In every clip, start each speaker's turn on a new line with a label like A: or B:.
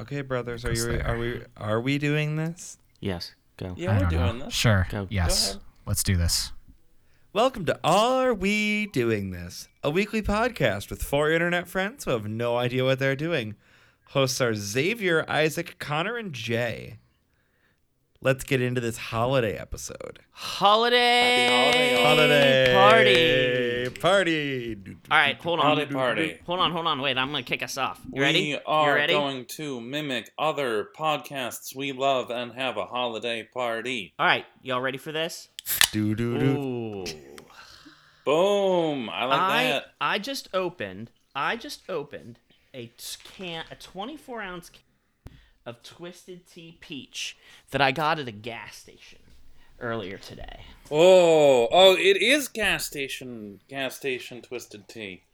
A: Okay, brothers, are
B: Because
A: you
B: they
A: are we are we doing this?
C: Yes. Go.
B: I
D: Yeah, we're
B: don't know.
D: doing this.
B: Sure.
C: Go. Go
B: Yes.
D: ahead.
B: Let's do this.
A: Welcome to Are We Doing This? A weekly podcast with four internet friends who have no idea what they're doing. Hosts are Xavier, Isaac, Connor, and Jay. Let's get into this holiday episode.
C: Holiday.
A: Holiday
C: party.
A: Party.
C: All right, hold on.
D: Holiday party.
C: Hold on, hold on. Wait, I'm gonna kick us off. You
D: we
C: ready?
D: are
C: you ready?
D: going to mimic other podcasts we love and have a holiday party.
C: All right, y'all ready for this?
A: Do do do.
C: Ooh.
D: Boom! I like
C: I
D: that.
C: I just opened. I just opened a t- can, a 24 ounce can of Twisted Tea Peach that I got at a gas station earlier today.
D: Oh, oh! It is gas station, gas station twisted tea.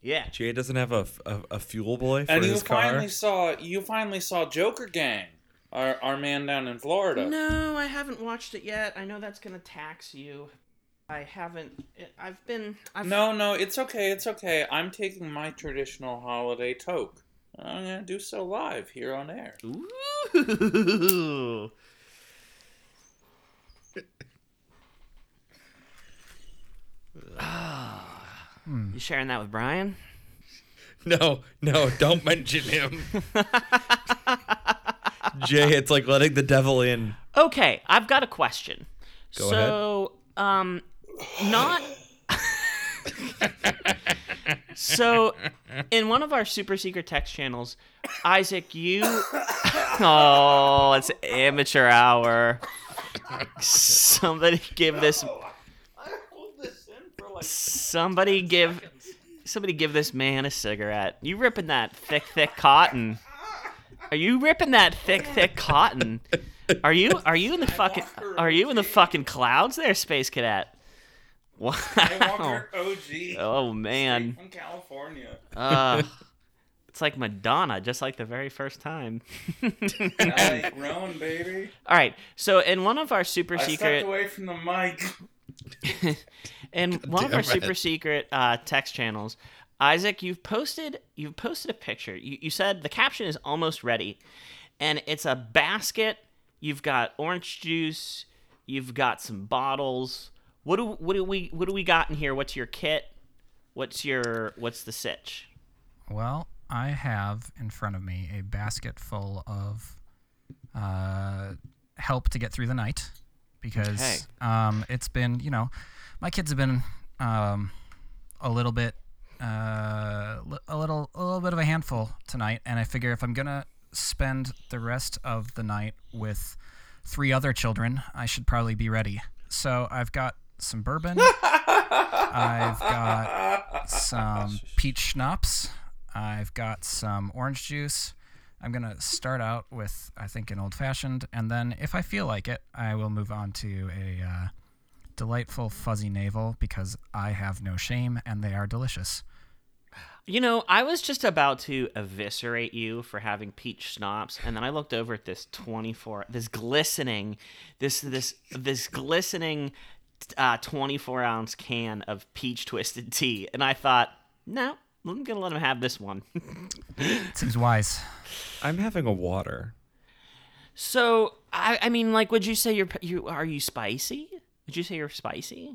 C: Yeah.
A: Jay doesn't have a, f- a- a fuel boy for
D: and you
A: his car.
D: finally saw, you finally saw Joker Gang, our our man down in Florida.
C: No, I haven't watched it yet. I know that's gonna tax you. I haven't. I've been. I've,
D: No, no, it's okay, it's okay. I'm taking my traditional holiday toke. I'm gonna do so live here on air.
C: Ooh. Ah. You sharing that with Brian?
A: No, no, don't mention him. Jay, it's like letting the devil in.
C: Okay, I've got a question.
A: Go
C: so, um, not. so, in one of our super secret text channels, Isaac, you. oh, it's amateur hour. Somebody give this. Somebody give. Somebody give this man a cigarette. You ripping that thick, thick cotton? Are you ripping that thick, thick cotton? Are you are you in the fucking are you in the fucking clouds there, space cadet? Wow.
D: OG
C: Oh man.
D: from California.
C: Ugh. it's like Madonna, just like the very first time. All
D: I grown, baby.
C: right. So in one of our super secret
D: away from the mic.
C: in one of
A: Damn
C: our
A: it.
C: super secret uh, text channels, Isaac, you've posted you've posted a picture. You, you said the caption is almost ready, and it's a basket. You've got orange juice. You've got some bottles. What do what do we what do we got in here? What's your kit? What's your what's the sitch?
B: Well, I have in front of me a basket full of uh, help to get through the night because
C: Okay.
B: um, it's been, you know, my kids have been um, a little bit, uh, li- a little, a little bit of a handful tonight, and I figure if I'm gonna spend the rest of the night with three other children, I should probably be ready. So I've got some bourbon. I've got some peach schnapps. I've got some orange juice. I'm going to start out with, I think, an old fashioned. And then, if I feel like it, I will move on to a uh, delightful fuzzy navel because I have no shame and they are delicious.
C: You know, I was just about to eviscerate you for having peach schnapps, and then I looked over at this twenty-four, this glistening, this this this glistening uh, twenty-four ounce can of peach twisted tea, and I thought, no, I'm gonna let him have this one.
B: Seems wise.
A: I'm having a water.
C: so, I, I mean, like, would you say you're you are you spicy? Would you say you're spicy?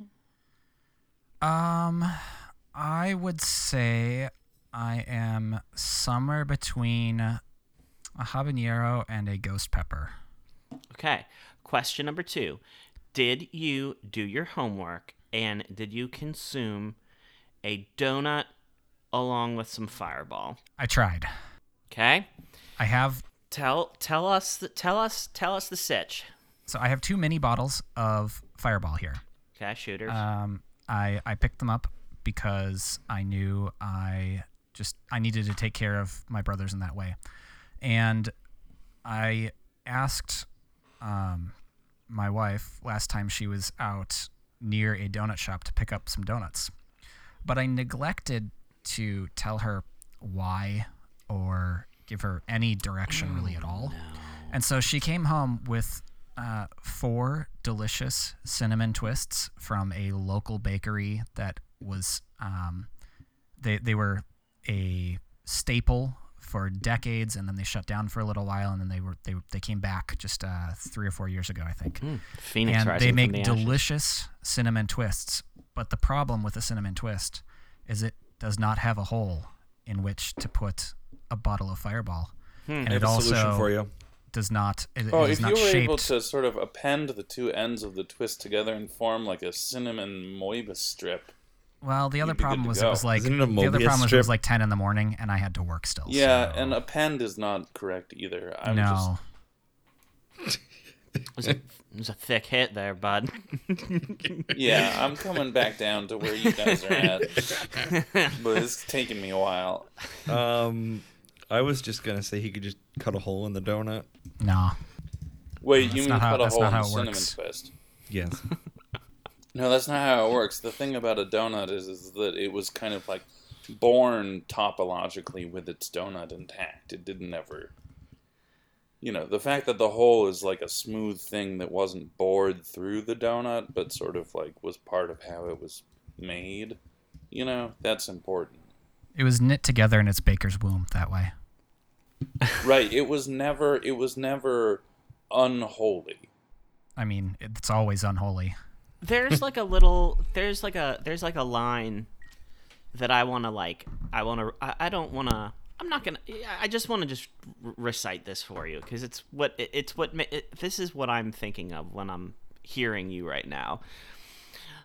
B: Um, I would say I am somewhere between a habanero and a ghost pepper.
C: Okay. Question number two Did you do your homework and did you consume a donut along with some fireball?
B: I tried.
C: Okay.
B: I have
C: Tell tell us the, tell us tell us the sitch.
B: So I have two mini bottles of Fireball here.
C: Okay, shooters.
B: Um, I I picked them up because I knew I just I needed to take care of my brothers in that way, and I asked um, my wife last time she was out near a donut shop to pick up some donuts, but I neglected to tell her why or give her any direction really at all. And so she came home with uh, four delicious cinnamon twists from a local bakery that was um, they they were a staple for decades, and then they shut down for a little while, and then they were they they came back just uh, three or four years ago, I think.
C: Phoenix
B: And
C: rising
B: they make
C: from the ashes.
B: delicious cinnamon twists, but the problem with a cinnamon twist is it does not have a hole in which to put a bottle of Fireball, and
A: I have
B: it
A: a
B: also
A: solution for you.
B: does not. It,
D: Oh,
B: it is
D: if you
B: not
D: were able
B: shaped.
D: to sort of append the two ends of the twist together and form like a cinnamon moiba strip.
B: Well, the other
D: You'd be good
B: problem
D: to
B: was
D: go.
B: it was like
A: Isn't it a
B: the other
A: Mobius
B: problem was it was
A: strip?
B: like ten in the morning, and I had to work still.
D: Yeah,
B: so-
D: and append is not correct either. I'm
B: no.
D: just
C: It was, a, it was a thick hit there, bud.
D: Yeah, I'm coming back down to where you guys are at. but it's taking me a while.
A: Um, I was just gonna say he could just cut a hole in the donut.
B: No.
D: Wait,
B: That's
D: you mean
B: not how-
D: cut a
B: that's
D: hole
B: not
D: in
B: how
D: a
B: it
D: cinnamon
B: works.
D: twist?
A: Yes.
D: No, that's not how it works. The thing about a donut is, is that it was kind of like born topologically with its donut intact. It didn't ever. You know, the fact that the hole is like a smooth thing that wasn't bored through the donut, but sort of like was part of how it was made, you know, that's important.
B: It was knit together in its baker's womb that way.
D: Right. It was never, it was never unholy.
B: I mean, it's always unholy.
C: there's like a little there's like a there's like a line that i want to like i want to I, I don't want to i'm not gonna I- i just want to just r- recite this for you because it's what it, it's what ma- it, this is what i'm thinking of when i'm hearing you right now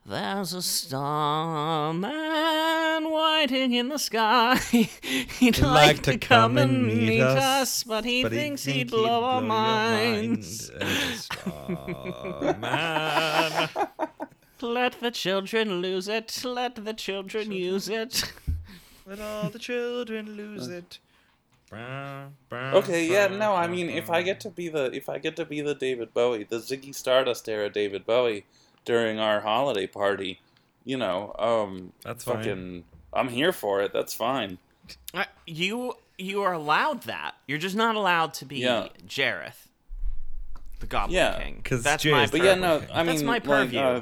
C: there's a starman waiting in the sky. He'd like, to, come, and meet us, but he thinks he'd blow our minds.
A: Uh, oh, man.
C: Let the children lose it. Let the children use it.
A: Let all the children lose it.
D: Okay,
A: Okay,
D: yeah, no, I mean, if I get to be the if I get to be the David Bowie, the Ziggy Stardust era David Bowie during our holiday party, you know, um,
A: That's fine.
D: fucking, I'm here for it. That's fine.
C: Uh, you you are allowed that. You're just not allowed to be
D: Yeah.
C: Jareth, the Goblin
D: Yeah,
C: King.
A: 'cause
C: that's
A: Jay
C: my
A: is
D: But yeah,
A: Perfect.
D: no, I mean,
C: That's my
D: like,
C: purview.
D: uh,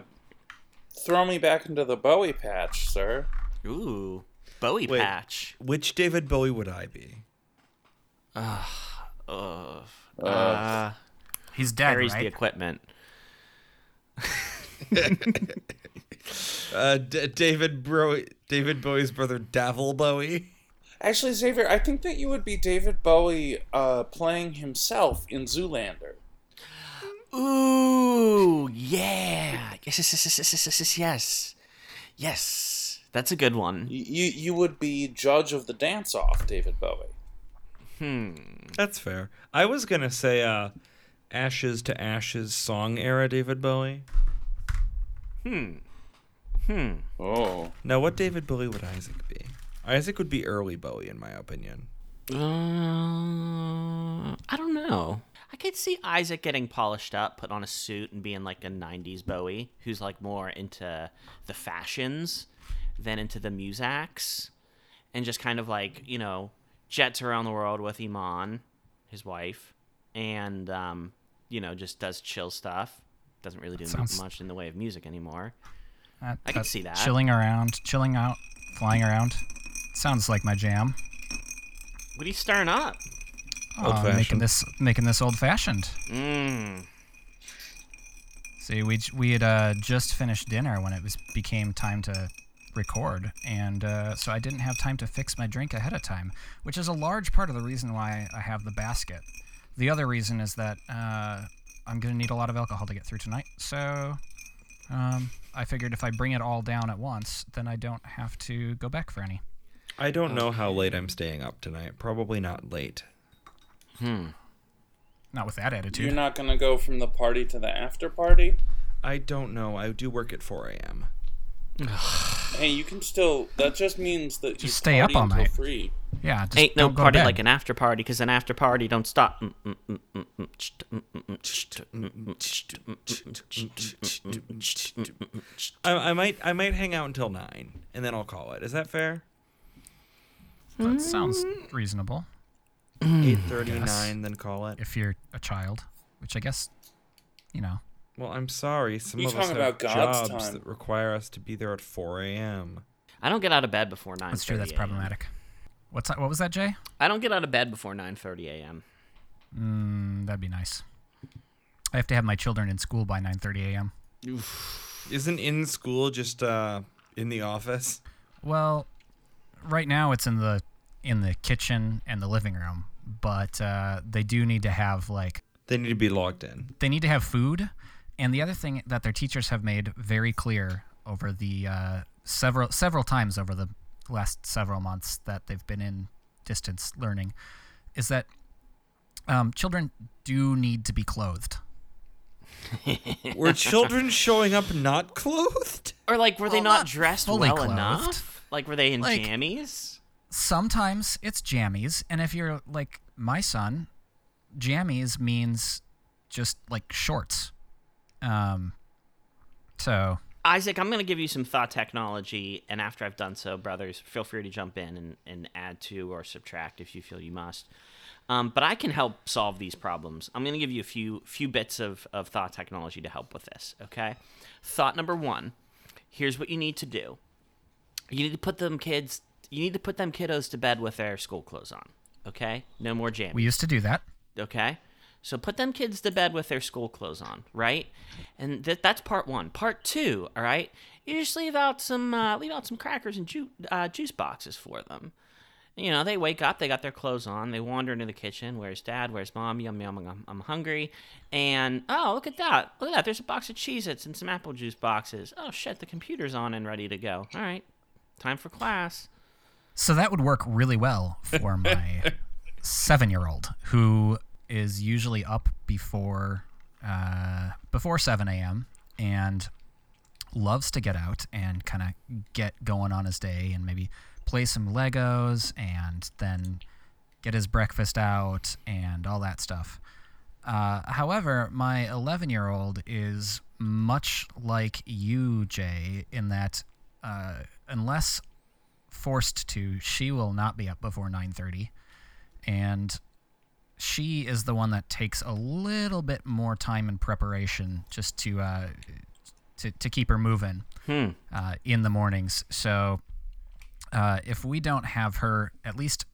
D: throw me back into the Bowie patch, sir.
C: ooh Bowie
A: Wait.
C: patch.
A: Which David Bowie would I be?
C: Ugh. Uh,
B: He's dead,
C: carries the
B: right?
C: equipment.
A: Uh, D- David Bro, David Bowie's brother, Davil Bowie.
D: Actually, Xavier, I think that you would be David Bowie uh, playing himself in Zoolander.
C: Ooh yeah. Yes yes yes yes yes yes yes yes. Yes, that's a good one.
D: You you, you would be judge of the dance off, David Bowie.
A: That's fair. I was gonna say, uh, Ashes to Ashes song era David Bowie.
D: Oh,
A: Now, what David Bowie would Isaac be? Isaac would be early Bowie, in my opinion.
C: Uh, I don't know. I could see Isaac getting polished up, put on a suit, and being like a '90s Bowie, who's like more into the fashions than into the musacs, and just kind of like you know jets around the world with Iman, his wife, and um, you know just does chill stuff. Doesn't really do
B: sounds-
C: much in the way of music anymore.
B: That-
C: I can
B: that
C: see that.
B: Chilling around, chilling out, flying around. Sounds like my jam.
C: What are you stirring up?
B: Uh, making
A: Old-fashioned.
B: this making this old fashioned.
C: Mm.
B: See, we j- we had uh, just finished dinner when it was became time to record, and uh, so I didn't have time to fix my drink ahead of time, which is a large part of the reason why I have the basket. The other reason is that uh, I'm gonna need a lot of alcohol to get through tonight, so um, I figured if I bring it all down at once, then I don't have to go back for any.
A: I don't know how late I'm staying up tonight. Probably not late.
B: Not with that attitude.
D: you're not gonna go from the party to the after party.
A: I don't know. I do work at 4 a.m.
D: Hey, you can still. That just means that you
B: Just stay up
D: party
B: all
D: until
B: night.
D: Three.
B: yeah, just
C: Ain't no
B: don't go to
C: party
B: bed.
C: like an after party, 'cause an after party don't stop. Mm, mm, mm, mm, mm, cht, mm, mm, mm, cht, mm, mm, cht, mm, mm, mm, cht, mm, mm, cht, mm, mm, mm, cht.
A: I, I might I might hang out until nine and then I'll call it. Is that fair?
B: That sounds reasonable Hmm,
A: Eight thirty nine, then call it.
B: if you're a child, which I guess, you know.
A: Well, I'm sorry. Some
D: You
A: of us
D: talking
A: have
D: about God's
A: jobs
D: time.
A: that require us to be there at 4 a.m.
C: I don't get out of bed before nine.
B: uh, That's true. That's problematic. What's that, what was that, Jay?
C: I don't get out of bed before 9:30 a.m.
B: Mm, that'd be nice. I have to have my children in school by 9:30 a.m.
A: Isn't in school just uh, in the office?
B: Well, right now it's in the in the kitchen and the living room, but uh, they do need to have like
A: They need to be logged in.
B: they need to have food. And the other thing that their teachers have made very clear over the uh, several several times over the last several months that they've been in distance learning is that um, children do need to be clothed.
A: Were children showing up not clothed?
C: Or like, were they
B: Well,
C: not,
B: not
C: dressed
B: fully
C: well
B: clothed.
C: enough? Like, were they in
B: Like-
C: jammies?
B: Sometimes it's jammies, and if you're like my son, jammies means just like shorts. Um, so
C: Isaac, I'm going to give you some thought technology, and after I've done so, brothers, feel free to jump in and, and add to or subtract if you feel you must. Um, but I can help solve these problems. I'm going to give you a few few bits of, of thought technology to help with this. Okay, thought number one: Here's what you need to do. You need to put them kids. You need to put them kiddos to bed with their school clothes on. Okay, no more jammies
B: we used to do that.
C: okay so put them kids to bed with their school clothes on right and th- that's part one part two all right you just leave out some uh, leave out some crackers and ju- uh, juice boxes for them you know they wake up they got their clothes on they wander into the kitchen where's dad where's mom yum yum yum, i'm hungry and oh look at that look at that there's a box of cheez-its and some apple juice boxes oh shit the computer's on and ready to go all right time for class
B: So that would work really well for my seven year old who is usually up before uh, before 7 a.m. and loves to get out and kind of get going on his day and maybe play some Legos and then get his breakfast out and all that stuff. Uh, however, my 11 year old is much like you, Jay, in that uh, unless forced to, she will not be up before 9:30, and she is the one that takes a little bit more time in preparation just to uh, to to keep her moving uh, in the mornings. So uh, if we don't have her at least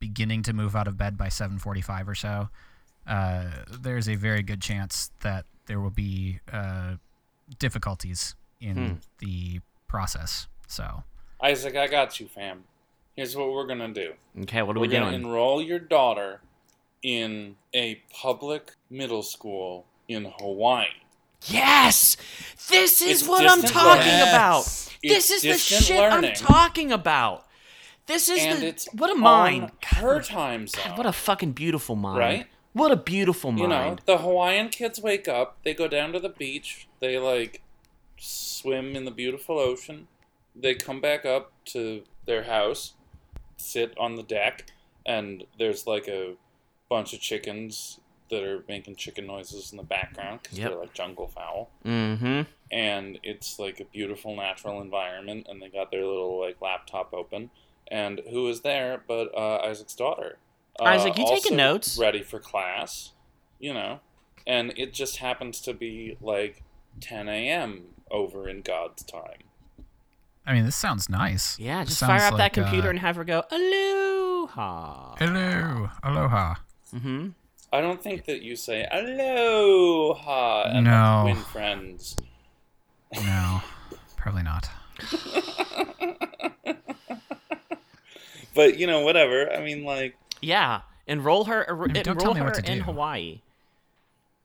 B: beginning to move out of bed by 7:45 or so, uh, there's a very good chance that there will be uh, difficulties in the process. So.
D: Isaac, I got you, fam. Here's what we're gonna do.
C: okay what are
D: We're
C: we
D: gonna
C: doing
D: enroll your daughter in a public middle school in Hawaii.
C: Yes! This is
D: It's
C: what I'm
D: distant
C: talking
D: learning.
C: about.
A: Yes.
C: This
D: It's
C: is the
D: distant
C: shit I'm
D: learning.
C: talking about. This is
D: and
C: the
D: it's
C: what a
D: on
C: mind.
D: her time zone.
C: God, what a fucking beautiful mind.
D: Right?
C: What a beautiful
D: you
C: mind.
D: know, the Hawaiian kids wake up, they go down to the beach, they like swim in the beautiful ocean, they come back up to their house, sit on the deck, and there's like a bunch of chickens that are making chicken noises in the background because
C: Yep.
D: they're like jungle fowl.
C: mm-hmm.
D: and it's like a beautiful natural environment and they got their little like laptop open and who is there but uh, isaac's daughter uh,
C: Isaac, you taking
D: also
C: notes?
D: ready for class you know and it just happens to be like 10 a.m over in god's time
B: I mean, this sounds nice.
C: Yeah,
B: This
C: just
B: sounds
C: fire up
B: like,
C: that computer
B: uh,
C: and have her go, Aloha.
B: Hello, aloha.
C: Mm-hmm.
D: i don't think that you say aloha and
B: No.
D: win friends
B: No, probably not.
D: but you know whatever i mean like
C: Yeah. Enroll her er,
B: don't
C: enroll
B: tell me
C: her
B: what to
C: in
B: do.
C: Hawaii.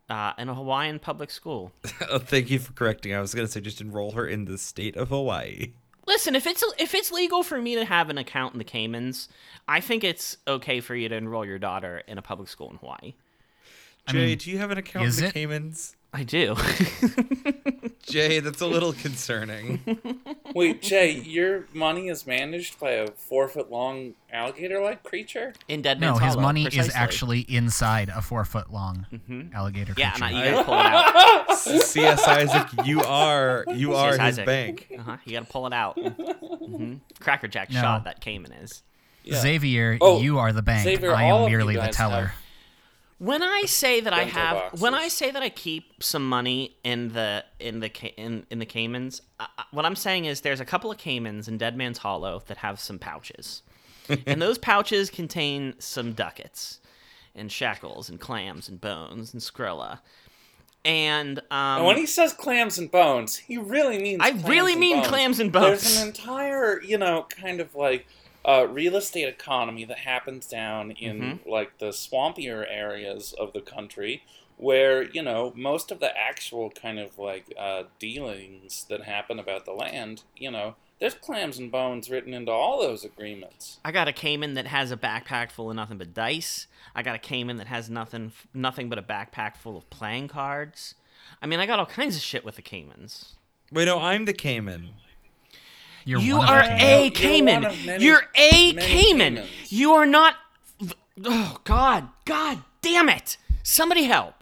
C: Uh, in a Hawaiian public school.
A: oh, thank you for correcting. I was gonna say just enroll her in the state of Hawaii.
C: Listen, if it's if it's legal for me to have an account in the Caymans, I think it's okay for you to enroll your daughter in a public school in Hawaii.
A: Jay,
B: mean,
A: do you have an account
B: is
A: in the
B: it?
A: Caymans?
C: I do.
A: Jay, that's a little concerning.
D: wait jay your money is managed by a four foot long alligator like creature
C: in Dead
B: No,
C: Man's
B: his
C: Hollow,
B: money is
C: precisely. Mm-hmm.
B: actually inside a four foot long alligator
C: yeah, and
B: creature.
C: I, you gotta pull it out.
A: CS Isaac, you are you are
C: Yes,
A: his
C: Isaac.
A: bank.
C: Uh-huh, you gotta pull it out. Mm-hmm. Crackerjack
B: No.
C: shot that Cayman is.
D: Yeah.
B: Xavier,
D: Oh,
B: you are the bank.
D: Xavier,
B: I
D: all of
B: am
D: you
B: merely the
D: guys
B: teller.
D: have-
C: When I say that I
D: Bento
C: have, when I
D: boxes.
C: say that I keep some money in the in the Ca- in, in the Caymans, I, I- what I'm saying is there's a couple of Caymans in Dead Man's Hollow that have some pouches. and those pouches contain some ducats and shackles and clams and bones and scrolla. And um,
D: And when he says clams and bones, he really means.
C: I
D: clams
C: really
D: and
C: mean
D: bones.
C: clams and
D: There's
C: bones.
D: an entire, you know, kind of like uh, real estate economy that happens down in
C: Mm-hmm.
D: like the swampier areas of the country, where you know most of the actual kind of like uh, dealings that happen about the land, you know, there's clams and bones written into all those agreements.
C: I got a Cayman that has a backpack full of nothing but dice. I got a Cayman that has nothing nothing but a backpack full of playing cards. I mean, I got all kinds of shit with the Caymans.
A: Wait, no, I'm the Cayman.
B: You're
C: you
B: one of
C: are
B: them.
C: a
D: You're
C: Cayman.
D: one of many-
C: You're a
D: many
C: Cayman.
D: Caymans.
C: You are not. Oh God! God damn it! Somebody help!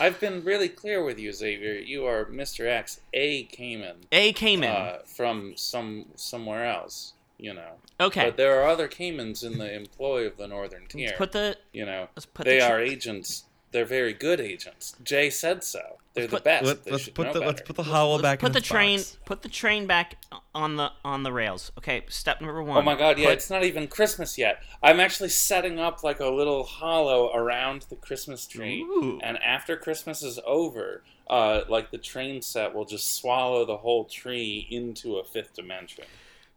D: I've been really clear with you, Xavier. You are Mr. X, a Cayman.
C: A Cayman.
D: uh, from some somewhere else, you know.
C: Okay.
D: But there are other Caymans in the employ of the Northern Tier.
C: Let's put the
D: you know,
C: let's put
D: they
C: the tr-
D: are agents. They're very good agents. Jay said so. They're the
C: put-
D: best.
A: Let,
D: they
A: us
D: should
A: put
D: know
A: the let's
D: better.
A: put the howl
C: let's
A: back.
C: put
A: in
C: the
A: its
C: train
A: box.
C: put the train back on the on the rails. Okay, step number one.
D: Oh my god, yeah,
C: Put-
D: it's not even Christmas yet. I'm actually setting up like a little hollow around the Christmas tree.
C: Ooh.
D: And after Christmas is over, uh, like the train set will just swallow the whole tree into a fifth dimension.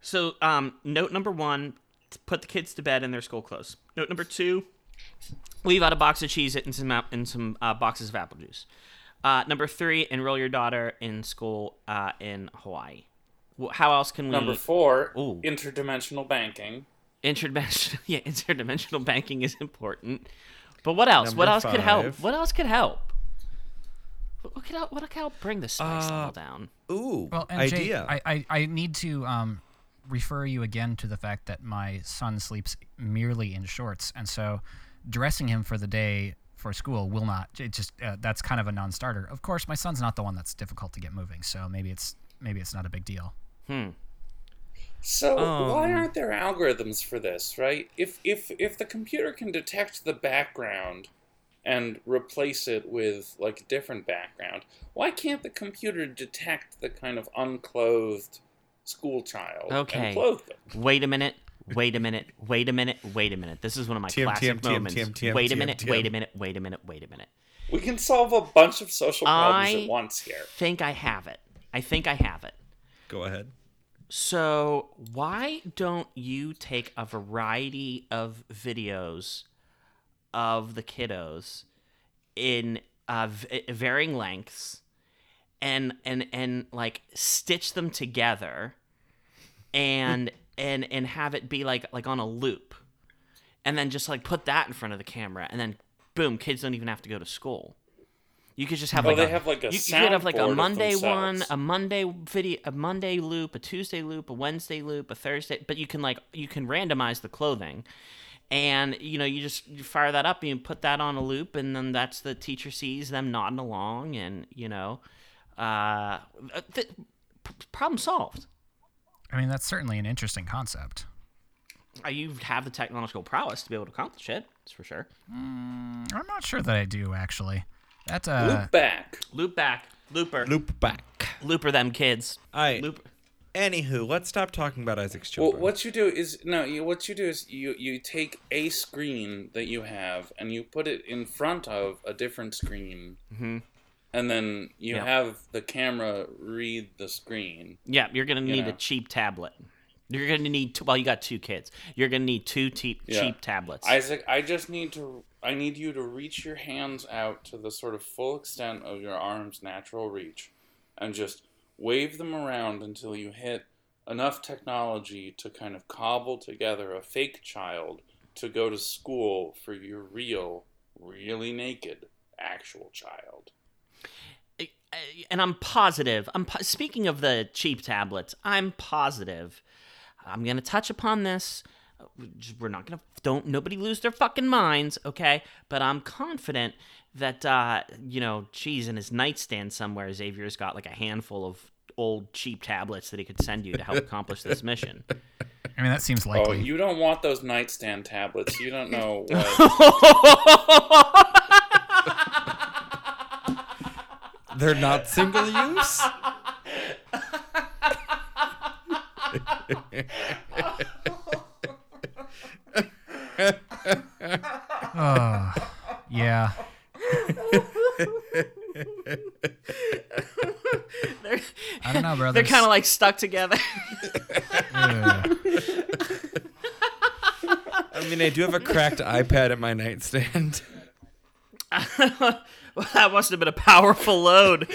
C: So, um, note number one: t- put the kids to bed in their school clothes. Note number two: leave out a box of cheese and some ap- and some uh, boxes of apple juice. Uh, number three: enroll your daughter in school uh, in Hawaii. Wh- How else can we
D: Number four,
C: Hmm. Ooh.
D: interdimensional banking.
C: interdimensional? Yeah, interdimensional banking is important. But what else? what
A: Number
C: else could help?
A: five.
C: What else could help? What what could help? What could help bring the spice level down?
A: Ooh,
B: Well, and Jay,
A: idea.
B: I, I, I need to um, refer you again to the fact that my son sleeps merely in shorts, and so dressing him for the day for school will not. It just uh, that's kind of a non-starter. Of course, my son's not the one that's difficult to get moving, so maybe it's maybe it's not a big deal.
D: So
C: Um,
D: why aren't there algorithms for this, right? If if if the computer can detect the background and replace it with like a different background, why can't the computer detect the kind of unclothed school child
C: Okay.
D: and clothe them?
C: Wait a minute. Wait a minute. Wait a minute. Wait a minute. This is one of my
A: TM,
C: classic
A: TM, TM,
C: moments.
A: TM, TM,
C: wait a
A: TM.
C: minute. Wait a minute. Wait a minute. Wait a minute.
D: We can solve a bunch of social problems
C: I-
D: at once here.
C: Think I have it. I think I have it.
A: Go ahead.
C: So why don't you take a variety of videos of the kiddos in uh, v- varying lengths and and and like stitch them together and and and have it be like like on a loop and then just like put that in front of the camera and then boom kids don't even have to go to school you could just have
D: Oh,
C: like
D: they
C: a,
D: have, like, a
C: you, you could have like
D: soundboard
C: a
D: of
C: monday one
D: themselves.
C: a monday video a monday loop a tuesday loop a wednesday loop a thursday but you can like you can randomize the clothing and you know you just you fire that up and you put that on a loop and then that's the teacher sees them nodding along and you know uh th- p- problem solved
B: I mean, that's certainly an interesting concept.
C: Uh, you have the technological prowess to be able to accomplish it that's for sure
B: I'm not sure that I do actually. That uh,
D: Loop back.
C: loop back looper
A: Loop back.
C: looper them kids
A: All right.
C: loop
A: Anywho, let's stop talking about Isaac's
D: Well,
A: children.
D: what you do is no. You, what you do is you you take a screen that you have and you put it in front of a different screen, and then you
C: Yeah.
D: have the camera read the screen.
C: yeah you're gonna need a
D: know.
C: cheap tablet you're gonna need two well you got two kids you're gonna need two te-
D: Yeah.
C: cheap tablets
D: Isaac, I just need to. I need you to reach your hands out to the sort of full extent of your arm's natural reach, and just wave them around until you hit enough technology to kind of cobble together a fake child to go to school for your real, really naked actual child.
C: and I'm positive. I'm po- speaking of the cheap tablets. I'm positive. I'm gonna touch upon this. We're not gonna don't nobody lose their fucking minds, okay? But I'm confident that uh, you know, geez, in his nightstand somewhere, Xavier's got like a handful of old cheap tablets that he could send you to help accomplish this mission.
B: I mean, that seems
D: Oh,
B: likely.
D: you don't want those nightstand tablets. You don't know what.
A: They're not single use.
B: Oh, yeah.
C: They're,
B: I don't know, brothers.
C: they're kind of like stuck together.
B: Ugh.
A: I mean, I do have a cracked iPad at my nightstand.
C: well, that must have been a powerful load.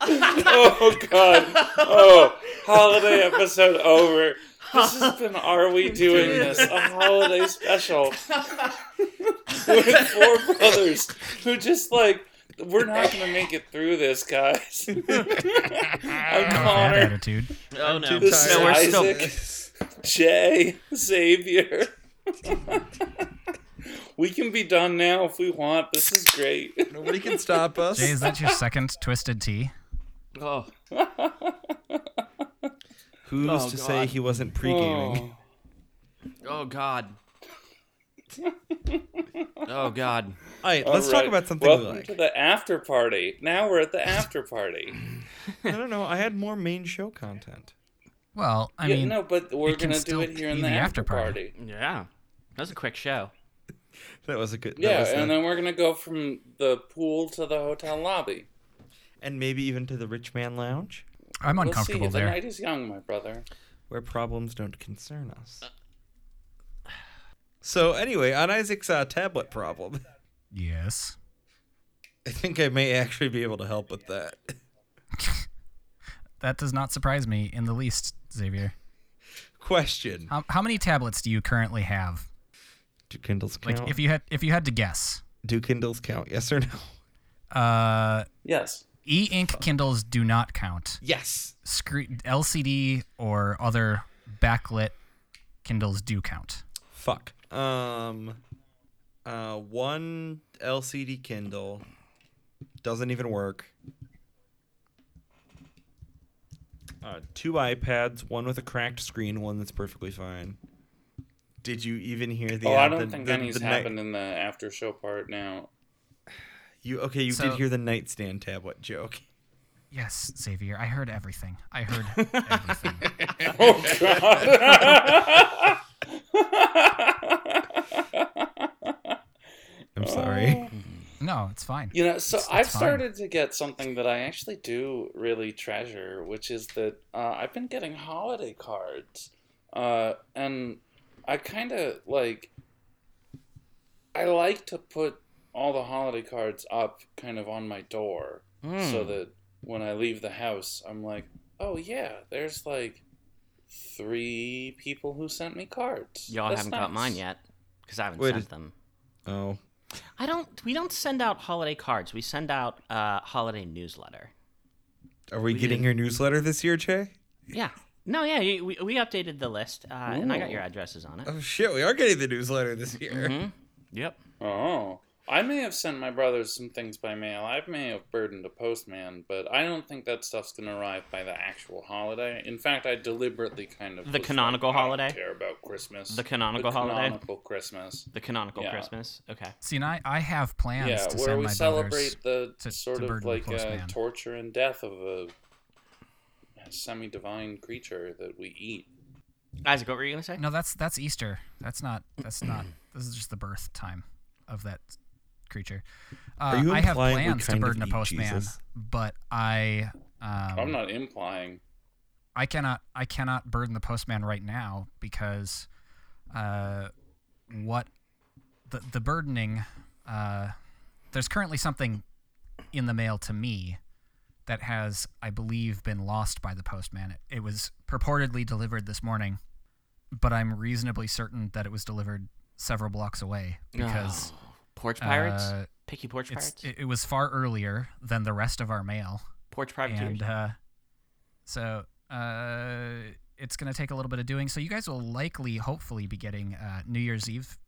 D: Oh god. Oh, holiday episode over. This has been Are We Doing This? A holiday special. With four brothers who just like we're not gonna make it through this, guys. I'm
B: Kind of bad
D: Connor,
B: attitude.
C: oh no, no,
A: too tired.
C: we're still.
D: Isaac. Jay, Xavier. we can be done now if we want. This is great.
A: Nobody can stop us.
B: Jay, is that your second twisted tea?
C: Oh,
A: Who's
C: Oh,
A: to say
C: God.
A: he wasn't pre-gaming?
D: Oh.
C: oh God. Oh God.
A: All right, let's
D: All right.
A: talk about something
D: Welcome
A: we like.
D: to the after party. Now we're at the after party.
A: I don't know. I had more main show content.
B: Well, I
D: Yeah,
B: mean,
D: no, but we're
B: it can
D: gonna do
B: still
D: it here in
B: be
D: the
B: the
D: after
B: after
D: party.
B: party.
C: Yeah, that was a quick show.
A: That was a good. that
D: Yeah,
A: was a-
D: and then we're gonna go from the pool to the hotel lobby.
A: and maybe even to the rich man lounge,
B: I'm
D: We'll see.
B: uncomfortable
D: The
B: there.
D: night is young, my brother.
A: where problems don't concern us. So anyway, on Isaac's uh, tablet problem,
B: Yes.
A: I think I may actually be able to help with that.
B: That does not surprise me in the least, Xavier.
A: Question:
B: How, how many tablets do you currently have?
A: Do Kindles
B: Like,
A: count?
B: if you had if you had to guess,
A: Do Kindles count? Yes or no?
B: uh,
D: Yes.
B: e-ink Kindles do not count.
A: Yes.
B: Screen LCD or other backlit Kindles do count.
A: Fuck. Um, uh, one LCD Kindle doesn't even work. Uh, two iPads, one with a cracked screen, one that's perfectly fine. Did you even hear the?
D: oh,
A: uh,
D: I don't
A: the-
D: think
A: the-
D: any's
A: the night-
D: happened in the after show part now.
A: You okay? You did
B: So-
A: hear the nightstand tablet joke.
B: Yes, Xavier, I heard everything. I heard everything.
D: Oh god.
A: I'm sorry.
B: no, it's fine.
D: You know, so
B: It's- it's
D: I've
B: fine.
D: started to get something that I actually do really treasure, which is that uh, I've been getting holiday cards, uh, and I kind of like. I like to put all the holiday cards up, kind of on my door, so that when I leave the house, I'm like, oh yeah, there's like three people who sent me cards.
C: Y'all
D: That's
C: haven't got
D: nice."
C: mine yet because I haven't
A: Wait,
C: sent
A: is-
C: them.
A: Oh,
C: I don't. We don't send out holiday cards. We send out uh, holiday newsletter.
A: are we getting your newsletter this year, Jay?
C: Yeah. No, yeah, you- we, we updated the list, uh, and I got your addresses on it.
A: Oh shit, we are getting the newsletter this year.
C: Yep.
D: Oh. I may have sent my brothers some things by mail. I may have burdened a postman, but I don't think that stuff's going to arrive by the actual holiday. In fact, I deliberately kind of
C: The
D: was like,
C: canonical
D: I don't
C: holiday?
D: care about Christmas.
C: The canonical holiday?
D: Canonical Christmas.
C: The canonical
D: Yeah.
C: Christmas. Okay.
B: See, and I, I have plans
D: yeah,
B: to
D: where
B: send
D: we
B: my
D: celebrate
B: brothers.
D: the
B: to-
D: sort
B: to
D: of
B: burden the
D: like uh,
B: postman.
D: torture and death of a semi-divine creature that we eat.
C: Isaac, what were you gonna say?
B: No, that's that's Easter. That's not that's not. This is just the birth time of that creature. Uh,
A: you
B: I have
A: implying we
B: plans to
A: kind of
B: burden a
A: eat
B: postman,
A: Jesus?
B: but I
D: I'm
B: um,
D: not implying.
B: I cannot I cannot burden the postman right now because uh, what the the burdening uh, there's currently something in the mail to me that has I believe been lost by the postman. It, it was purportedly delivered this morning, but I'm reasonably certain that it was delivered several blocks away because
C: Oh, porch pirates,
B: uh,
C: picky porch
B: it's,
C: pirates,
B: it, it was far earlier than the rest of our mail
C: porch privateers.
B: and uh, so uh, it's going to take a little bit of doing. So you guys will likely, hopefully, be getting uh, New Year's Eve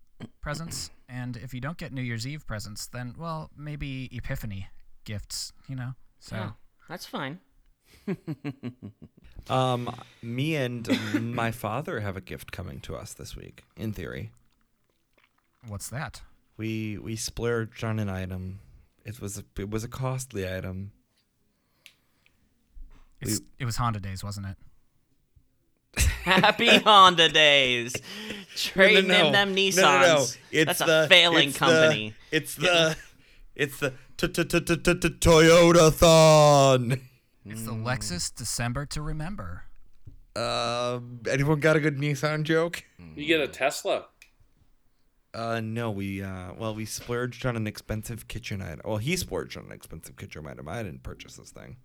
B: presents. And if you don't get New Year's Eve presents, then well, maybe Epiphany gifts. You know. So
C: Yeah, Oh, that's fine.
A: Um, me and my father have a gift coming to us this week. In theory,
B: What's that?
A: we we splurged on an item. It was a, it was a costly item.
B: It's, it was Honda days, wasn't it?
C: Happy Honda days. Trading in them Nissans. That's a failing
A: it's the-
C: company.
A: it's the it's the t- t- t- t- t- t- Toyota thon.
B: It's the Lexus December to remember.
A: Um, anyone got a good Nissan joke?
D: You
B: mm.
D: get a Tesla.
A: Uh, no, we uh, well, we splurged on an expensive kitchen item. Well, he splurged on an expensive kitchen item. I didn't purchase this thing,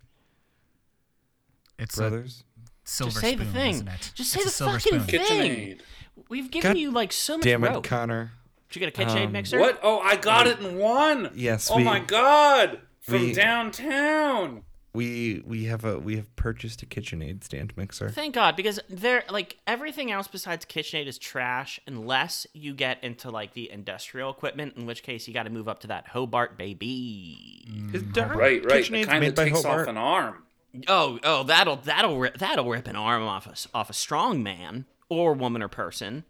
B: It's
A: brothers.
B: a silver
C: Just say the
B: spoon,
C: thing.
B: isn't it?
C: Just say
B: It's a silver
C: the fucking
B: spoon.
C: thing.
D: KitchenAid.
C: We've given
A: God
C: you like so much
A: Damn it,
C: rope.
A: Connor.
C: Did you get a KitchenAid
A: Um,
C: mixer?
D: What? Oh, I got it in one.
A: Yes,
D: Oh
A: we-
D: my god! From
A: we-
D: downtown.
A: We we have a we have purchased a KitchenAid stand mixer.
C: Thank God, because they're like everything else besides KitchenAid is trash unless you get into like the industrial equipment, in which case you got to move up to that Hobart baby.
A: Is darn
D: Right, right. The
A: KitchenAid's
D: kind
A: made
D: that
A: by
D: takes
A: Hobart.
D: off an arm.
C: Oh, oh, that'll that'll ri- that'll rip an arm off a s- off a strong man or woman or person.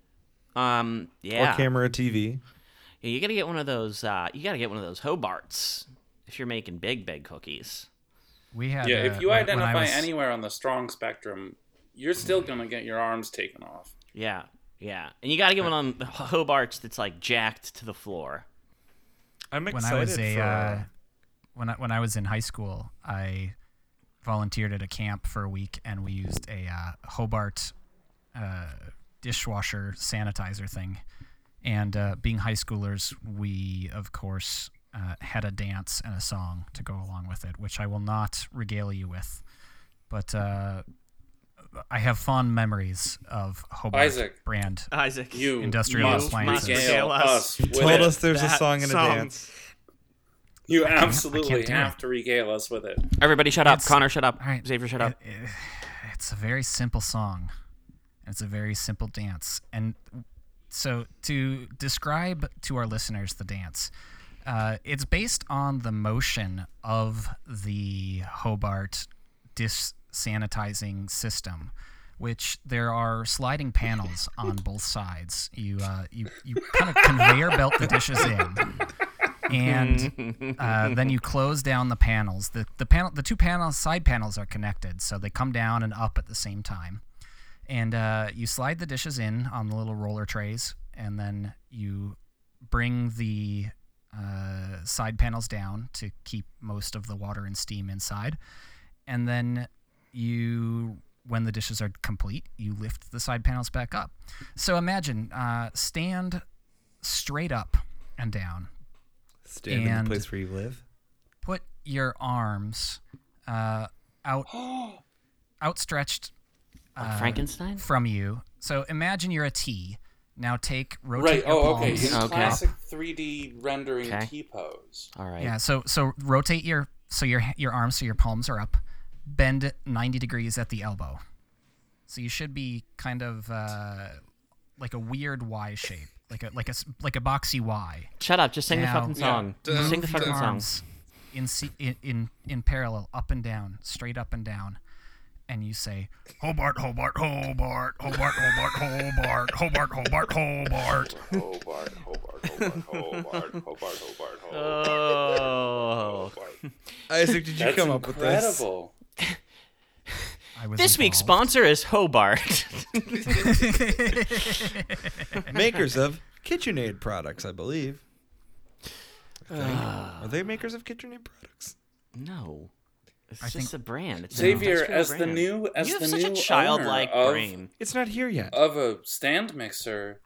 C: Um, yeah,
A: Or camera, TV.
C: Yeah, you gotta get one of those. Uh, you gotta get one of those Hobarts if you're making big, big cookies.
B: We had.
D: Yeah,
B: uh,
D: if you
B: when- when I
D: identify
B: was-
D: anywhere on the strong spectrum, you're still gonna get your arms taken off.
C: Yeah, yeah, and you gotta get one on the Hobarts that's like jacked to the floor.
A: I'm
B: when
A: excited
B: I was a
A: for.
B: uh, when I, when I was in high school, I volunteered at a camp for a week, and we used a uh, Hobart uh, dishwasher sanitizer thing. And uh, being high schoolers, we of course uh, had a dance and a song to go along with it, which I will not regale you with, but. Uh, I have fond memories of Hobart
D: Isaac.
B: brand.
C: Isaac,
D: You
B: Industrial
D: must
B: appliances.
D: regale us. with
A: told
D: it.
A: us there's a
C: that
A: song and a
C: song.
A: dance.
D: You absolutely
B: do
D: have
B: it.
D: to regale us with it.
C: Everybody, shut up.
B: It's-
C: Connor, shut up.
B: All right,
C: Xavier, shut up.
B: it- it- it's a very simple song. and It's a very simple dance, and so to describe to our listeners the dance, uh, it's based on the motion of the Hobart dis sanitizing system, which there are sliding panels on both sides. You uh, you you kind of conveyor belt the dishes in, and uh, then you close down the panels. the the panel The two panels, side panels, are connected, so they come down and up at the same time. And uh, you slide the dishes in on the little roller trays, and then you bring the uh, side panels down to keep most of the water and steam inside. And then you, when the dishes are complete, you lift the side panels back up. So imagine uh, stand straight up and down
A: Stand in
B: And-
A: the place where you live.
B: put your arms uh, out outstretched Uh,
C: Like Frankenstein.
B: from you. So imagine you're a T. Now take rotate
D: Right.
B: your
D: Oh, okay.
B: palms.
D: In
C: Okay.
D: classic 3D rendering
C: Okay.
D: T pose.
C: All right.
B: Yeah. So so rotate your so your your arms so your palms are up. Bend it 90 degrees at the elbow. So you should be kind of uh, like a weird Y shape, like a like a s- like a boxy Y.
C: Shut up. Just sing
B: Now-
C: the fucking song.
D: Yeah.
C: Sing the
B: Move
C: fucking
B: your
C: song.
B: arms in, se- in in in parallel, up and down, straight up and down, and you say Hobart, Hobart, Hobart, Hobart, Hobart, Hobart, Hobart, Hobart, Hobart.
D: Hobart, Hobart, Hobart, Hobart, Hobart, Hobart, Hobart.
C: Oh.
A: Isaac, did you
D: That's
A: come up with this?
D: incredible.
B: I was
C: This week's
B: involved.
C: sponsor is Hobart.
A: makers of KitchenAid products, I believe. I think. Are they makers of KitchenAid products?
C: no. It's
B: I
C: just
B: think-
C: a brand. It's an
D: Xavier,
C: industrial
D: as the
C: brand.
D: new, as
C: you have
D: the
C: such
D: new
C: a childlike
D: owner of,
C: brain.
A: It's not here yet.
D: of a stand mixer.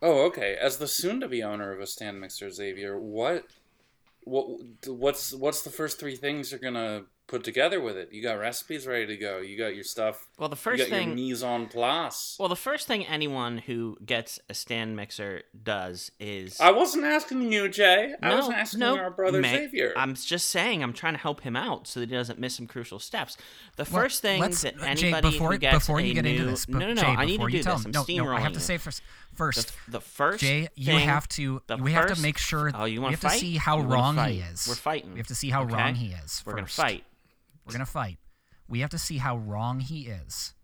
D: Oh, okay. As the soon-to-be owner of a stand mixer, Xavier, what, what, what's what's the first three things you're gonna put together with it? You got recipes ready to go. You got your stuff.
C: Well, the first
D: you got
C: thing-
D: your mise en place.
C: Well, the first thing anyone who gets a stand mixer does is
D: I wasn't asking you, Jay. I
C: No,
D: was asking
C: no,
D: our brother
C: ma-
D: Xavier.
C: I'm just saying I'm trying to help him out so that he doesn't miss some crucial steps. The first thing
B: let's-
C: that
B: uh,
C: anybody
B: Jay, before,
C: who gets
B: before you
C: a
B: get
C: new
B: into this,
C: no
B: but
C: no no
B: Jay,
C: I need
B: before
C: to do
B: you
C: this.
B: tell
C: I'm
B: him, no,
C: steamrolling.
B: no, I have to
C: you.
B: say first,
C: the,
B: first
C: the first
B: Jay, you
C: thing-
B: have to.
C: the
B: We have to
C: first-
B: make sure.
C: Oh, you
B: we
C: want
B: have
C: to fight?
B: to see how
C: You wanna
B: wrong
C: fight.
B: he is.
C: We're fighting.
B: We have to see how
C: okay?
B: wrong he is.
C: We're gonna
B: first.
C: fight.
B: We're gonna fight. We have to see how wrong he is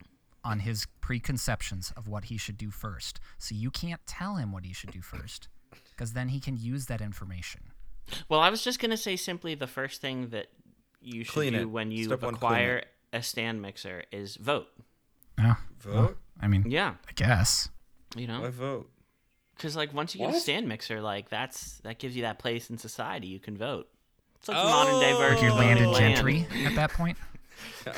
B: on his preconceptions of what he should do first. So you can't tell him what he should do first because then he can use that information.
C: Well, I was just gonna say simply the first thing that you should
A: Clean
C: do
A: it.
C: when you
A: Step one, clean
C: acquire a stand mixer is vote.
B: Yeah.
A: Vote?
B: I mean,
C: Yeah,
B: I guess.
C: you
A: Why
C: know,
A: vote?
C: because like once you get a
D: What?
C: stand mixer, like that's that gives you that place in society you can vote. It's like the modern day
A: Oh.
C: version.
A: Like
B: You're
C: of
B: landed
C: land.
B: gentry at that point.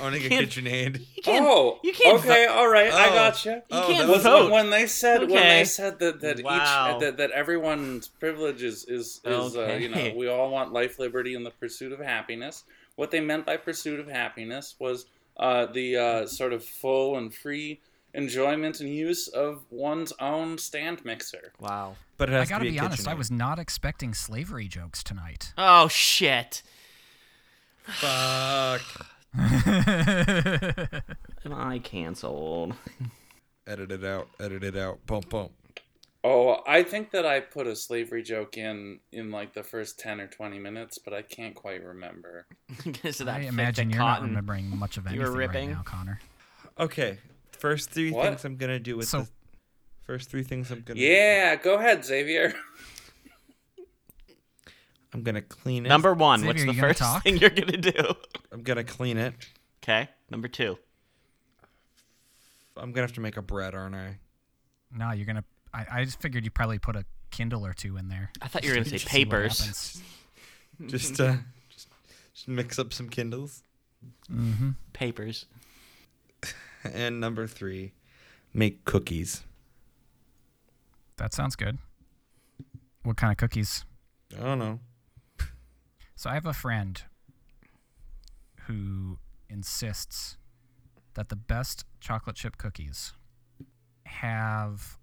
A: Owning a
C: Can't-
A: KitchenAid.
C: You can't.
D: oh,
C: you can't.
D: Okay, all right, I
A: Oh.
D: gotcha.
C: You
A: Oh,
C: can't
A: that
D: But
A: was-
C: vote.
D: When they said when
C: Okay.
D: they said that that
C: Wow.
D: each that, that everyone's privilege is is, is uh, you
C: Okay.
D: know we all want life, liberty, and the pursuit of happiness. What they meant by pursuit of happiness was uh, the uh, sort of full and free enjoyment and use of one's own stand mixer.
C: Wow.
A: But it
B: I
A: has
B: got to
A: to
B: be
A: a
B: honest, I
A: KitchenAid.
B: was not expecting slavery jokes tonight.
C: Oh shit.
A: Fuck.
C: Am I canceled?
A: Edit it out. Edit it out. Bump, bump.
D: Oh, I think that I put a slavery joke in in like the first ten or twenty minutes, but I can't quite remember.
C: Hmm. Because of that
B: I
C: thick
B: imagine you're not
C: cotton.
B: remembering much of
C: were
B: anything right
C: ripping.
B: now, Connor.
A: Okay. First three
D: What?
A: things I'm gonna do with
B: So-
A: this. First three things I'm gonna.
D: Yeah, go ahead, Xavier.
A: I'm gonna clean it.
C: Number one.
B: Xavier,
C: what's
B: you
C: the
B: gonna
C: first
B: talk?
C: thing you're gonna do?
A: I'm gonna clean it.
C: Okay. Number two.
A: I'm gonna have to make a bread, aren't I?
B: No, you're gonna. I, I just figured you probably put a Kindle or two in there.
C: I thought you were gonna say
B: Just see what
C: papers.
B: happens.
A: Just uh, just, just mix up some Kindles.
C: Papers.
A: And number three, make cookies.
B: That sounds good. What kind of cookies?
A: I don't know.
B: So I have a friend who insists that the best chocolate chip cookies have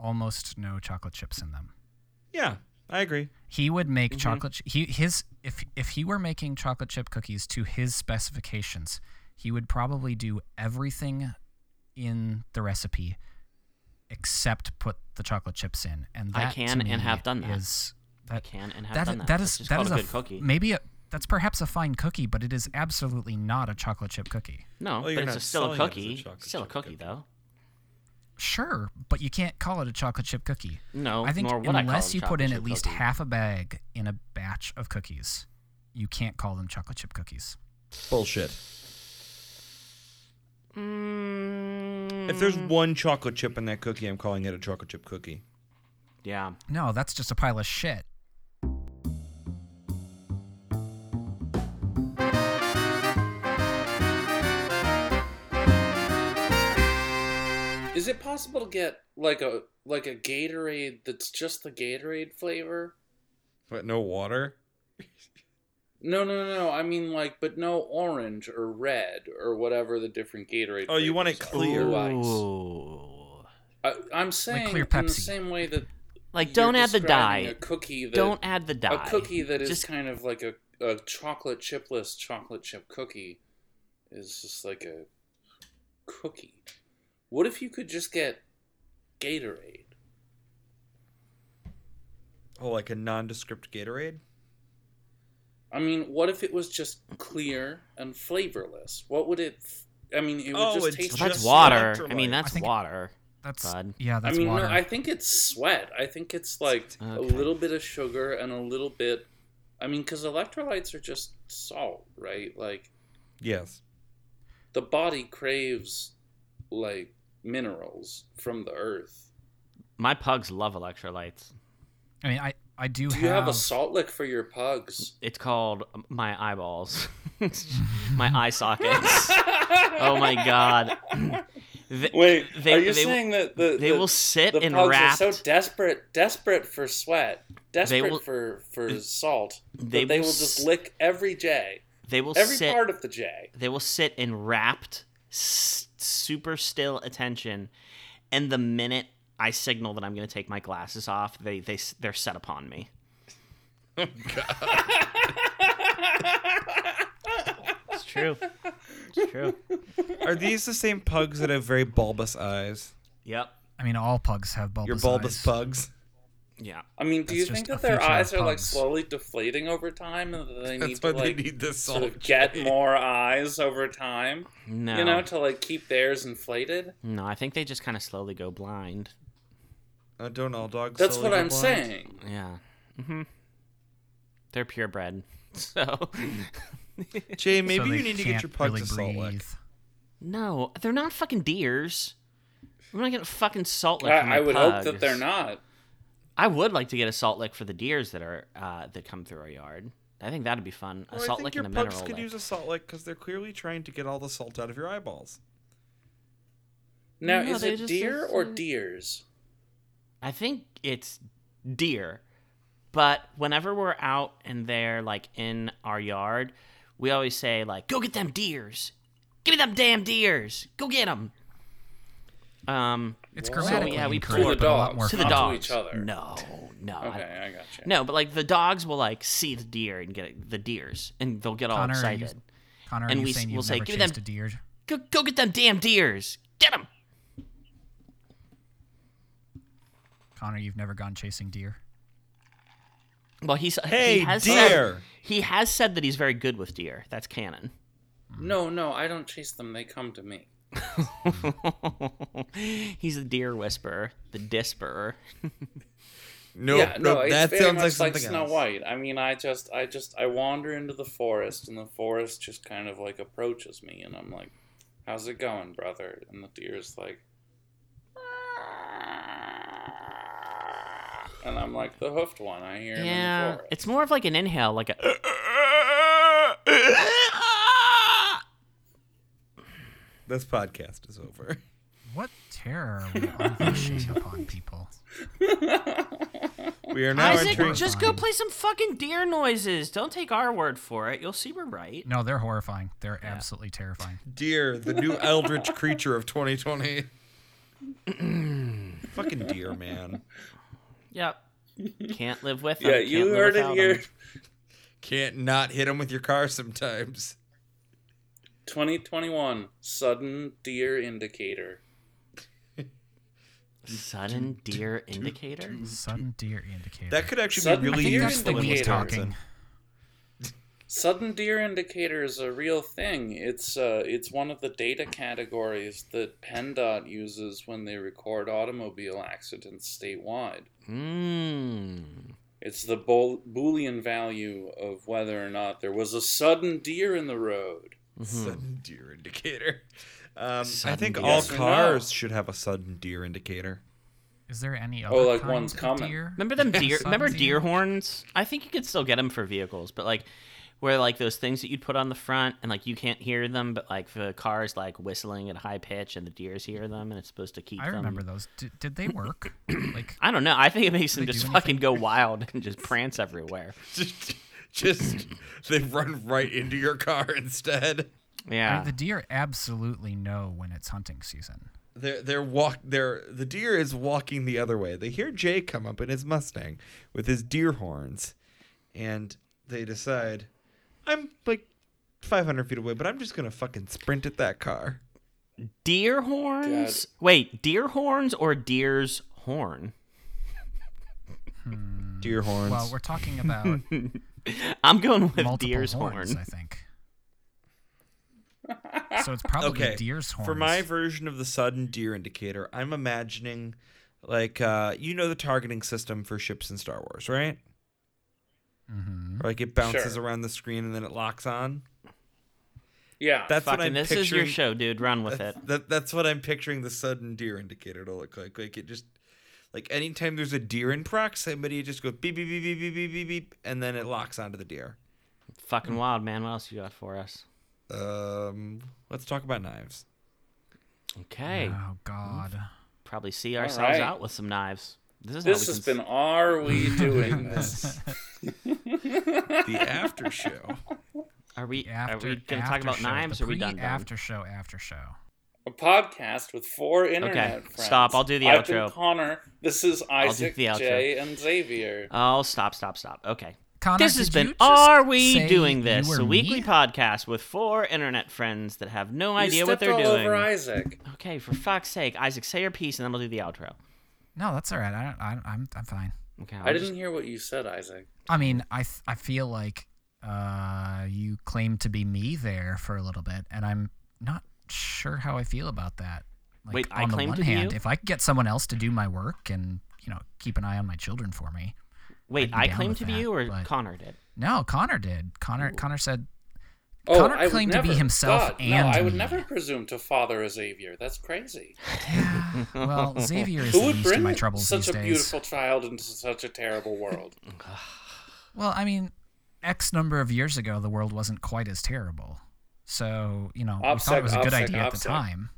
B: almost no chocolate chips in them.
A: Yeah, I agree.
B: He would make
C: Mm-hmm.
B: chocolate chi- he his if if he were making chocolate chip cookies to his specifications, he would probably do everything in the recipe except put the chocolate chips in. And
C: I
B: that to
C: can and
B: me
C: have done that.
B: is- that
C: Can and have
B: that,
C: done that.
B: that
C: That's
B: is
C: just
B: that
C: called
B: is
C: a
B: a
C: good
B: f-
C: cookie.
B: Maybe a, that's perhaps a fine cookie, but it is absolutely not a chocolate chip cookie.
C: No,
A: Well, you're
C: but it's
A: not
C: a still a
A: selling it as a
C: cookie.
A: chocolate
C: still a
A: chip
C: cookie,
A: cookie.
C: though.
B: Sure, but you can't call it a chocolate chip cookie.
C: No,
B: I think
C: nor would I call
B: unless
C: it a
B: you put
C: chocolate
B: in
C: chip
B: at least
C: cookie.
B: half a bag in a batch of cookies, you can't call them chocolate chip cookies.
A: Bullshit.
C: Mm,
A: If there's one chocolate chip in that cookie, I'm calling it a chocolate chip cookie.
C: yeah.
B: No, that's just a pile of shit.
D: Is it possible to get like a like a Gatorade that's just the Gatorade flavor?
A: But no water.
D: No, no, no, no. I mean like, but no orange or red or whatever the different Gatorade.
A: Oh, you want it
D: flavors are.
A: clear.
D: Blue ice.
C: Ooh.
D: I, I'm saying
B: clear
D: in the
B: Pepsi.
D: same way that
C: Like,
D: you're
C: don't add the
D: describing
C: dye.
D: A cookie that
C: Don't add the
D: a
C: dye.
D: cookie that is
C: Just-
D: kind of like a, a chocolate chipless chocolate chip cookie is just like a cookie. What if you could just get Gatorade?
A: Oh, like a nondescript Gatorade.
D: I mean, what if it was just clear and flavorless? What would it? I mean, it would
A: Oh,
D: just
A: it's
D: taste.
C: Well, that's
A: just
C: water. I
A: electrolyte.
C: mean, that's
B: I think-
C: water.
B: That's
C: Bud.
B: yeah,
D: I
B: that's
D: mean,
B: water.
D: no, I think it's sweat. I think it's like a
C: Okay.
D: little bit of sugar and a little bit. I mean, because electrolytes are just salt, right? Like
A: Yes.
D: the body craves like minerals from the earth.
C: My pugs love electrolytes.
B: I mean, I I do,
D: Do you have a salt lick for your pugs?
C: It's called my eyeballs, my eye sockets. oh my god. Th-
D: Wait,
C: They-
D: are you
C: they will-
D: saying that the
C: they
D: the-
C: will sit
D: the
C: and
D: pugs
C: wrap.
D: are so desperate, desperate for sweat, desperate
C: will-
D: for for salt
C: they
D: that they
C: will
D: will
C: s-
D: just lick every J,
C: they will
D: every
C: sit.
D: part of the J.
C: they will sit in rapt, s- super still attention, and the minute I signal that I'm going to take my glasses off, they they s- they're set upon me. it's true. It's true.
A: Are these the same pugs that have very bulbous eyes?
C: Yep.
B: I mean, all pugs have bulbous.
A: Your bulbous
B: eyes.
A: pugs.
C: Yeah.
D: I mean, do
B: That's
D: you
B: just
D: think
B: a
D: that their
B: feature of
D: eyes are like
B: puns.
D: slowly deflating over time, and that they need
A: That's
D: to
A: why they
D: like
A: need this
D: sort
A: song.
D: of get more eyes over time?
C: No.
D: You know, to like keep theirs inflated.
C: no, I think they just kind of slowly go blind.
A: Uh, don't all dogs.
D: That's
A: slowly
D: what
A: go
D: I'm
A: blind?
D: saying.
C: Yeah. Mhm. They're purebred. So
A: Jay, maybe
B: so they
A: you need to get
B: can't
A: your puck
B: really
A: to salt lick.
B: breathe.
C: No, they're not fucking deers. We're not getting a fucking salt lick. from
D: I, I
C: the
D: would hope that
C: pugs.
D: they're not.
C: I would like to get a salt lick for the deers that are uh, that come through our yard. I think that'd be fun. A
A: Well, I
C: salt
A: think
C: lick
A: your
C: and a
A: pucks
C: mineral
A: could
C: lick.
A: use a salt lick because they're clearly trying to get all the salt out of your eyeballs.
D: Now,
C: No,
D: is
C: they
D: it
C: just-
D: deer or
C: it's-
D: deers?
C: I think it's deer, but whenever we're out and they're like in our yard, we always say like, "Go get them deers! Give me them damn deers! Go get them!" Um,
B: It's
D: So,
B: grammatically
C: yeah, we
B: incorrect,
C: poured
B: but a lot more
D: dogs.
C: to
D: To
C: the
D: Not
B: fun.
D: to
C: dogs.
D: each other.
C: No, no, I
D: Okay,
C: don't-
D: I got you.
C: no. But like the dogs will like see the deer and get the deers, and they'll get all
B: Connor, are you-
C: excited.
B: Connor, are
C: And
B: you
C: we-
B: saying
C: we'll
B: you've
C: say,
B: never
C: "Give me
B: chased
C: them-
B: a deer?
C: Go, go get them damn deers! Get them!
B: Connor, you've never gone chasing deer.
C: Well, he's
A: Hey,
C: he has
A: deer!
C: Said, he has said that he's very good with deer. That's canon.
D: No, no, I don't chase them. They come to me.
C: he's the deer whisperer, the disperer.
A: Nope,
D: yeah, no,
A: nope,
D: it's
A: that
D: very
A: sounds
D: much like,
A: like something
D: Snow
A: else.
D: White. I mean, I just, I just, I wander into the forest, and the forest just kind of like approaches me, and I'm like, "How's it going, brother?" And the deer's like, "Ah." and I'm like the hoofed one. I hear him in the
C: Yeah,
D: forest.
C: it's more of like an inhale, like a.
A: This podcast is over.
B: What terror are we unleashing upon people?
A: We are now entering.
C: Isaac, just go play some fucking deer noises. Don't take our word for it. You'll see we're right.
B: No, they're horrifying. They're absolutely terrifying.
A: deer, the new eldritch creature of 2020. Fucking deer, man.
C: Yep. Can't live with them.
D: yeah, you
C: Can't live
D: heard it
C: without
D: here.
C: 'em.
A: Can't not hit him with your car sometimes.
D: 2021 sudden deer indicator.
C: Sudden deer indicator.
B: Sudden deer indicator.
A: That could actually
D: Sudden
A: be really
D: deer
A: useful
B: the
A: in
B: one who's
A: this
D: indicator.
B: talking.
A: talking.
D: Sudden deer indicator is a real thing. It's uh, it's one of the data categories that PennDOT uses when they record automobile accidents statewide.
C: Mmm.
D: It's the bool- boolean value of whether or not there was a sudden deer in the road.
A: Sudden deer indicator. Um, I
C: Hmm. Sudden
A: think
C: deer.
A: all
D: Yes or no?
A: cars should have a sudden deer indicator.
B: Is there any other
D: Oh, like
B: kind
D: one's
B: of
D: coming.
B: deer?
C: Remember them deer?
B: Sudden
C: remember
B: deer.
C: deer horns? I think you could still get them for vehicles, but like, where like those things that you'd put on the front and like you can't hear them, but like the car's like whistling at a high pitch and the deers hear them and it's supposed to keep.
B: I
C: them.
B: remember those. Did, did they work? like,
C: I don't know. I think it makes them
B: They
C: just
B: do
C: fucking go wild and just prance everywhere.
A: Just, just they run right into your car instead.
B: I
C: Yeah.
B: mean, the deer absolutely know when it's hunting season.
A: They're they're walk they're the deer is walking the other way. They hear Jay come up in his Mustang with his deer horns, and they decide, I'm like 500 feet away, but I'm just gonna fucking sprint at that car.
C: Deer horns? Wait, deer horns or deer's horn?
A: Deer horns.
B: Well, we're talking about
C: I'm going with
B: multiple
C: deer's
B: horns,
C: horn.
B: I think. So it's probably
A: okay.
B: deer's horns.
A: For my version of the sudden deer indicator, I'm imagining like uh, you know the targeting system for ships in Star Wars, right?
B: Mhm.
A: Like it bounces
D: Sure.
A: around the screen and then it locks on.
D: Yeah.
A: That's what
C: Fucking,
A: I'm
C: this
A: picturing.
C: is your show, dude. Run with it.
A: That's, that, that's what I'm picturing the sudden deer indicator to look like. Like it just, like anytime there's a deer in proximity, it just goes beep beep beep beep beep beep beep, beep and then it locks onto the deer.
D: Mm.
C: Fucking wild, man. What else you got for us?
A: Um, let's talk about knives.
C: Okay.
B: Oh God.
C: Probably see ourselves
D: right.
C: out with some knives. This is
D: This
C: how we
D: has
C: can...
D: been Are We Doing This?
A: The after show.
C: Are we?
B: After,
C: are we gonna
B: after
C: talk about
B: show,
C: knives?
B: The
C: Or are we done? done?
B: After show. After show.
D: a podcast with four internet
C: Okay,
D: friends.
C: stop. I'll do the
D: I've been
C: outro.
D: Connor. This is
C: do
D: Isaac,
C: the outro.
D: Jay, and Xavier.
C: Oh, stop, stop, stop. Okay.
B: Connor,
C: this has
B: did
C: been
B: you just
C: Are We
B: say
C: Doing
B: you
C: This?
B: were
C: A weekly
B: me?
C: podcast with four internet friends that have no
D: You
C: idea what
D: stepped
C: they're
D: all
C: doing.
D: over Isaac.
C: Okay, for fuck's sake, Isaac, say your piece and then we'll do the outro.
B: No, that's all right. I don't, I, I'm I'm fine.
C: Okay,
D: I
C: I'll
D: didn't hear what you said, Isaac.
B: I mean, I th- I feel like uh, you claimed to be me there for a little bit, and I'm not sure how I feel about that. Like,
C: Wait,
B: on
C: I
B: the
C: claimed
B: one
C: to be
B: hand,
C: you?
B: if I could get someone else to do my work and you know keep an eye on my children for me,
C: Wait,
B: I'd be
C: I
B: down
C: claim
B: with
C: to be
B: that,
C: you or
B: but-
C: Connor did?
B: no, Connor did. Connor Connor said
D: Oh,
B: Connor
D: I would
B: claimed to be
D: never-
B: himself
D: God,
B: and
D: no, I would
B: me.
D: never presume to father a Xavier. That's crazy.
B: Yeah. Well, Xavier is
D: Who
B: the
D: would
B: least of
D: bring
B: my troubles
D: such
B: these
D: a
B: days.
D: beautiful child into such a terrible world?
B: Well, I mean, X number of years ago, the world wasn't quite as terrible. So, you know, we thought
D: Opsec,
B: it was a good
D: opsec,
B: idea at the
D: opsec.
B: time.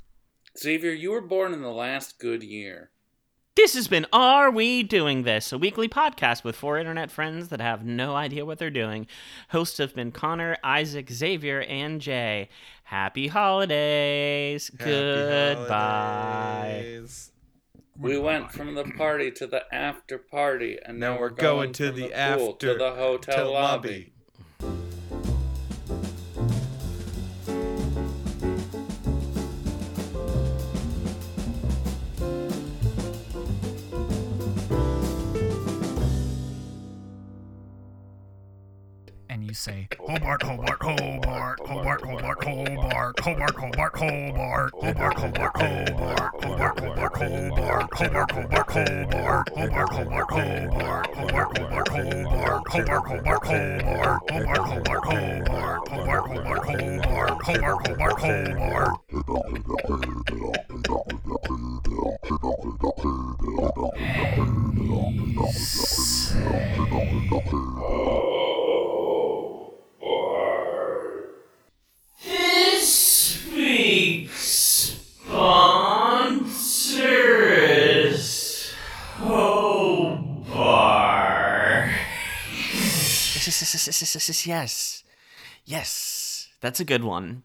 D: Xavier, you were born in the last good year.
C: This has been Are We Doing This, a weekly podcast with four internet friends that have no idea what they're doing. Hosts have been Connor, Isaac, Xavier, and Jay. Happy holidays. Goodbye.
D: We went from the party to the after party, and
A: Now
D: now,
A: we're going to
D: from
A: the
D: pool
A: after
D: to the hotel lobby.
B: And you say, Hobart, Hobart, Hobart, Hobart, Hobart, Hobart, Hobart, Hobart, Hobart, Hobart, Hobart, Hobart, Hobart, Hobart, Hobart, Hobart, Hobart, Hobart, Hobart, Hobart, Hobart, Hobart, Hobart, Hobart, Hobart, Hobart, Hobart, Hobart, Hobart, Hobart, Hobart, Hobart, Hobart, Hobart, Hobart, Hobart.
C: Yes, yes, yes, yes, yes, yes, yes. Yes. That's a good one.